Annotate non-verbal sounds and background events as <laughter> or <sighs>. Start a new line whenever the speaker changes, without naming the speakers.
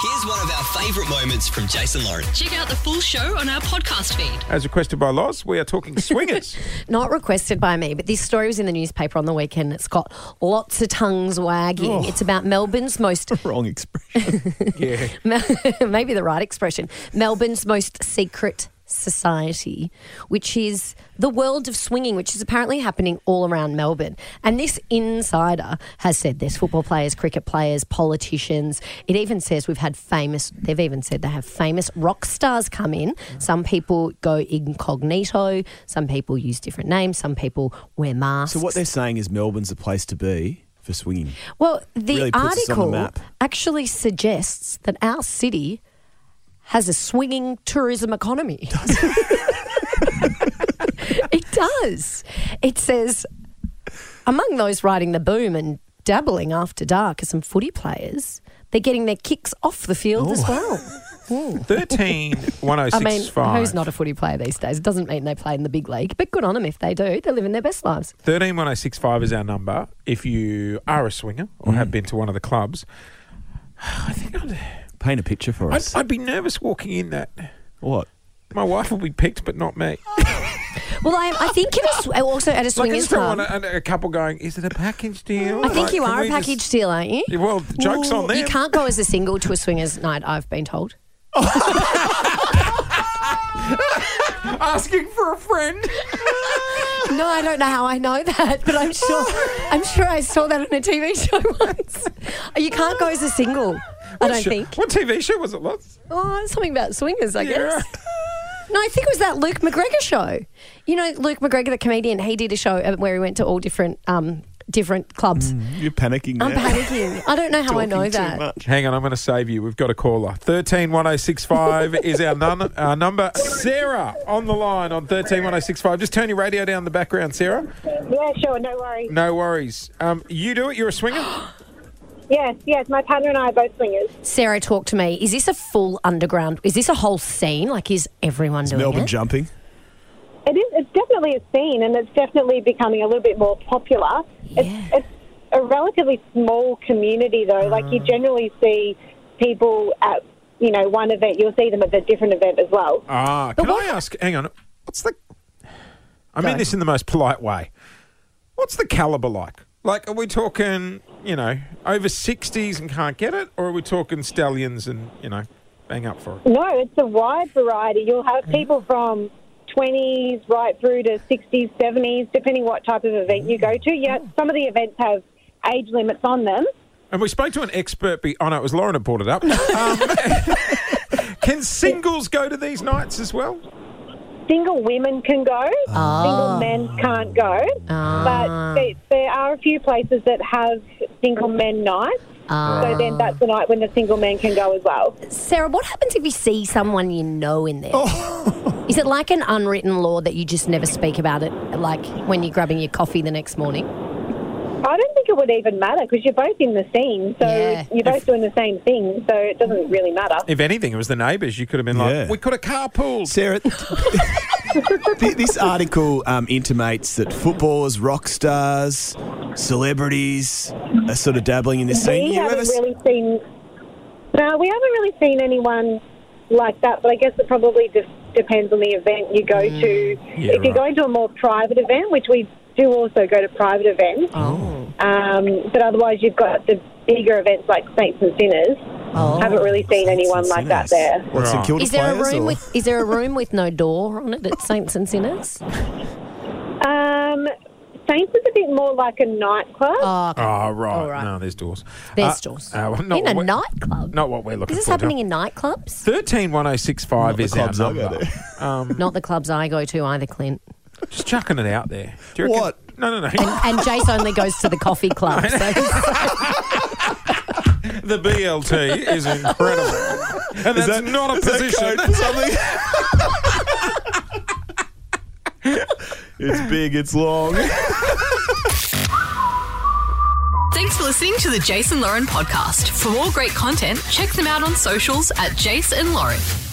Here's one of our favourite moments from Jason Lauren.
Check out the full show on our podcast feed.
As requested by Loz, we are talking
<laughs>
swingers.
Not requested by me, but this story was in the newspaper on the weekend. It's got lots of tongues wagging.
Oh.
It's about Melbourne's most, <laughs>
Wrong expression.
yeah.
maybe the right expression, Melbourne's most secret society, which is the world of swinging, which is apparently happening all around Melbourne. And this insider has said there's football players, cricket players, politicians. It even says we've had famous, they've even said they have famous rock stars come in. Some people go incognito, some people use different names, some people wear masks.
so what they're saying is Melbourne's the place to be for swinging.
Well, the
really puts us on the
article
map.
actually suggests that our city has a swinging tourism
<laughs>
economy. <laughs> it does. It says among those riding the boom and dabbling after dark are some footy players. They're getting their kicks off the field as
<laughs>
well.
13
I mean,
1065.
who's not a footy player these days? It doesn't mean they play in the big league, but good on them if they do. They're living their best lives.
131065 is our number. If you are a swinger or
Mm.
have been to one of the clubs, <sighs> I think I'd,
Paint a picture for
I'd,
us.
I'd be nervous walking in that.
what?
My wife will be picked, but not me.
Well, I, I think in a sw- also at Oh, a
Like,
swingers
is there
club.
one, a, a couple going, is it a package deal?
I think
Like,
you
can
are a
we just-
package deal, aren't you?
Yeah, well, the joke's on them.
You can't go as a single to a swingers night, I've been told.
<laughs> Asking for a friend.
<laughs> No, I don't know how I know that, but I'm sure I'm sure I saw that on a TV show <laughs> once. You can't go as a single, I don't
Sure.
think.
What TV show was it, Loz?
Oh, something about swingers, I
Yeah.
guess. No, I think it was that Luke McGregor show. You know, Luke McGregor, the comedian, he did a show uh, where he went to all different um, different clubs.
Mm.
You're panicking now.
I'm panicking. I don't know how I know that.
Hang on, I'm going to save you. We've got a caller. 131065 is our, nun- our number. Sarah on the line on 131065. Just turn your radio down in the background, Sarah.
Yeah, sure, no worries.
No worries. Um, you do it. You're a swinger.
Yes, yes, my partner and I are both swingers.
Sarah, talk to me. Is this a full underground? Is this a whole scene? Like, is everyone doing
Melbourne
it?
jumping.
It is, it's definitely a scene and it's definitely becoming a little bit more popular.
Yeah.
It's, it's a relatively small community though. Like you generally see people at, you know, one event, you'll see them at a different event as well.
Ah, can
what-
I ask? Hang on. What's the? I mean this in the most polite way. What's the caliber like? Like, are we talking, you know, over sixties and can't get it, or are we talking stallions and you know, bang up for it?
No, it's a wide variety. You'll have people from 20s right through to 60s, 70s, depending what type of event you go to. Yeah, some of the events have age limits on them.
And we spoke to an expert. Be- oh no, it was Lauren who brought it up. Um, <laughs> can singles go to these nights as well?
single women can go, single men can't go. But they, there are a few places that have single men nights. So then that's the night when the single men can go as well.
Sarah, what happens if you see someone you know in there? <laughs> Is
Oh.
it like an unwritten law that you just never speak about it, like when you're grabbing your coffee the next morning?
I don't think it would even matter because you're both in the scene. So
Yeah.
you're both doing the same thing. So it doesn't really matter.
If anything, it was the neighbours. You could have been
Yeah.
like, we could have carpooled.
<laughs>
Sarah, th- this article um, intimates that footballers, rock stars, celebrities are sort of dabbling in this scene.
we
You
haven't
ever s-
really seen. No, we haven't really seen anyone like that. But I guess it probably just depends on the event you go to.
Yeah,
if you're
right.
going to a more private event, which we do also go to private events, um, but otherwise you've got the bigger events like Saints and Sinners. Haven't really seen anyone like that there.
What, St Kilda
Is there a
players
room
or- <laughs>
with is there a room with no door on it at Saints and Sinners?
Um, Saints is a bit more like a nightclub.
Oh,
Oh, right.
All right.
No, there's doors.
There's
Uh,
doors.
uh, well, not
in a
what-
nightclub.
Not what we're looking
Is this
for.
happening in nightclubs?
131065 is our
clubs I go
number. Um,
Not the clubs I go to either, Clint.
just chucking it out there. Do you reckon-
What?
No, no,
And,
no. <laughs>
and Jace only goes to the coffee
<laughs>
club. So
the BLT is
<laughs>
incredible. And that's
that-
not a
is that
position. <laughs>
code for <laughs> something? it's big, it's long. <laughs>
Thanks for listening to the Jason Lauren podcast. For more great content, check them out on socials at Jason Lauren.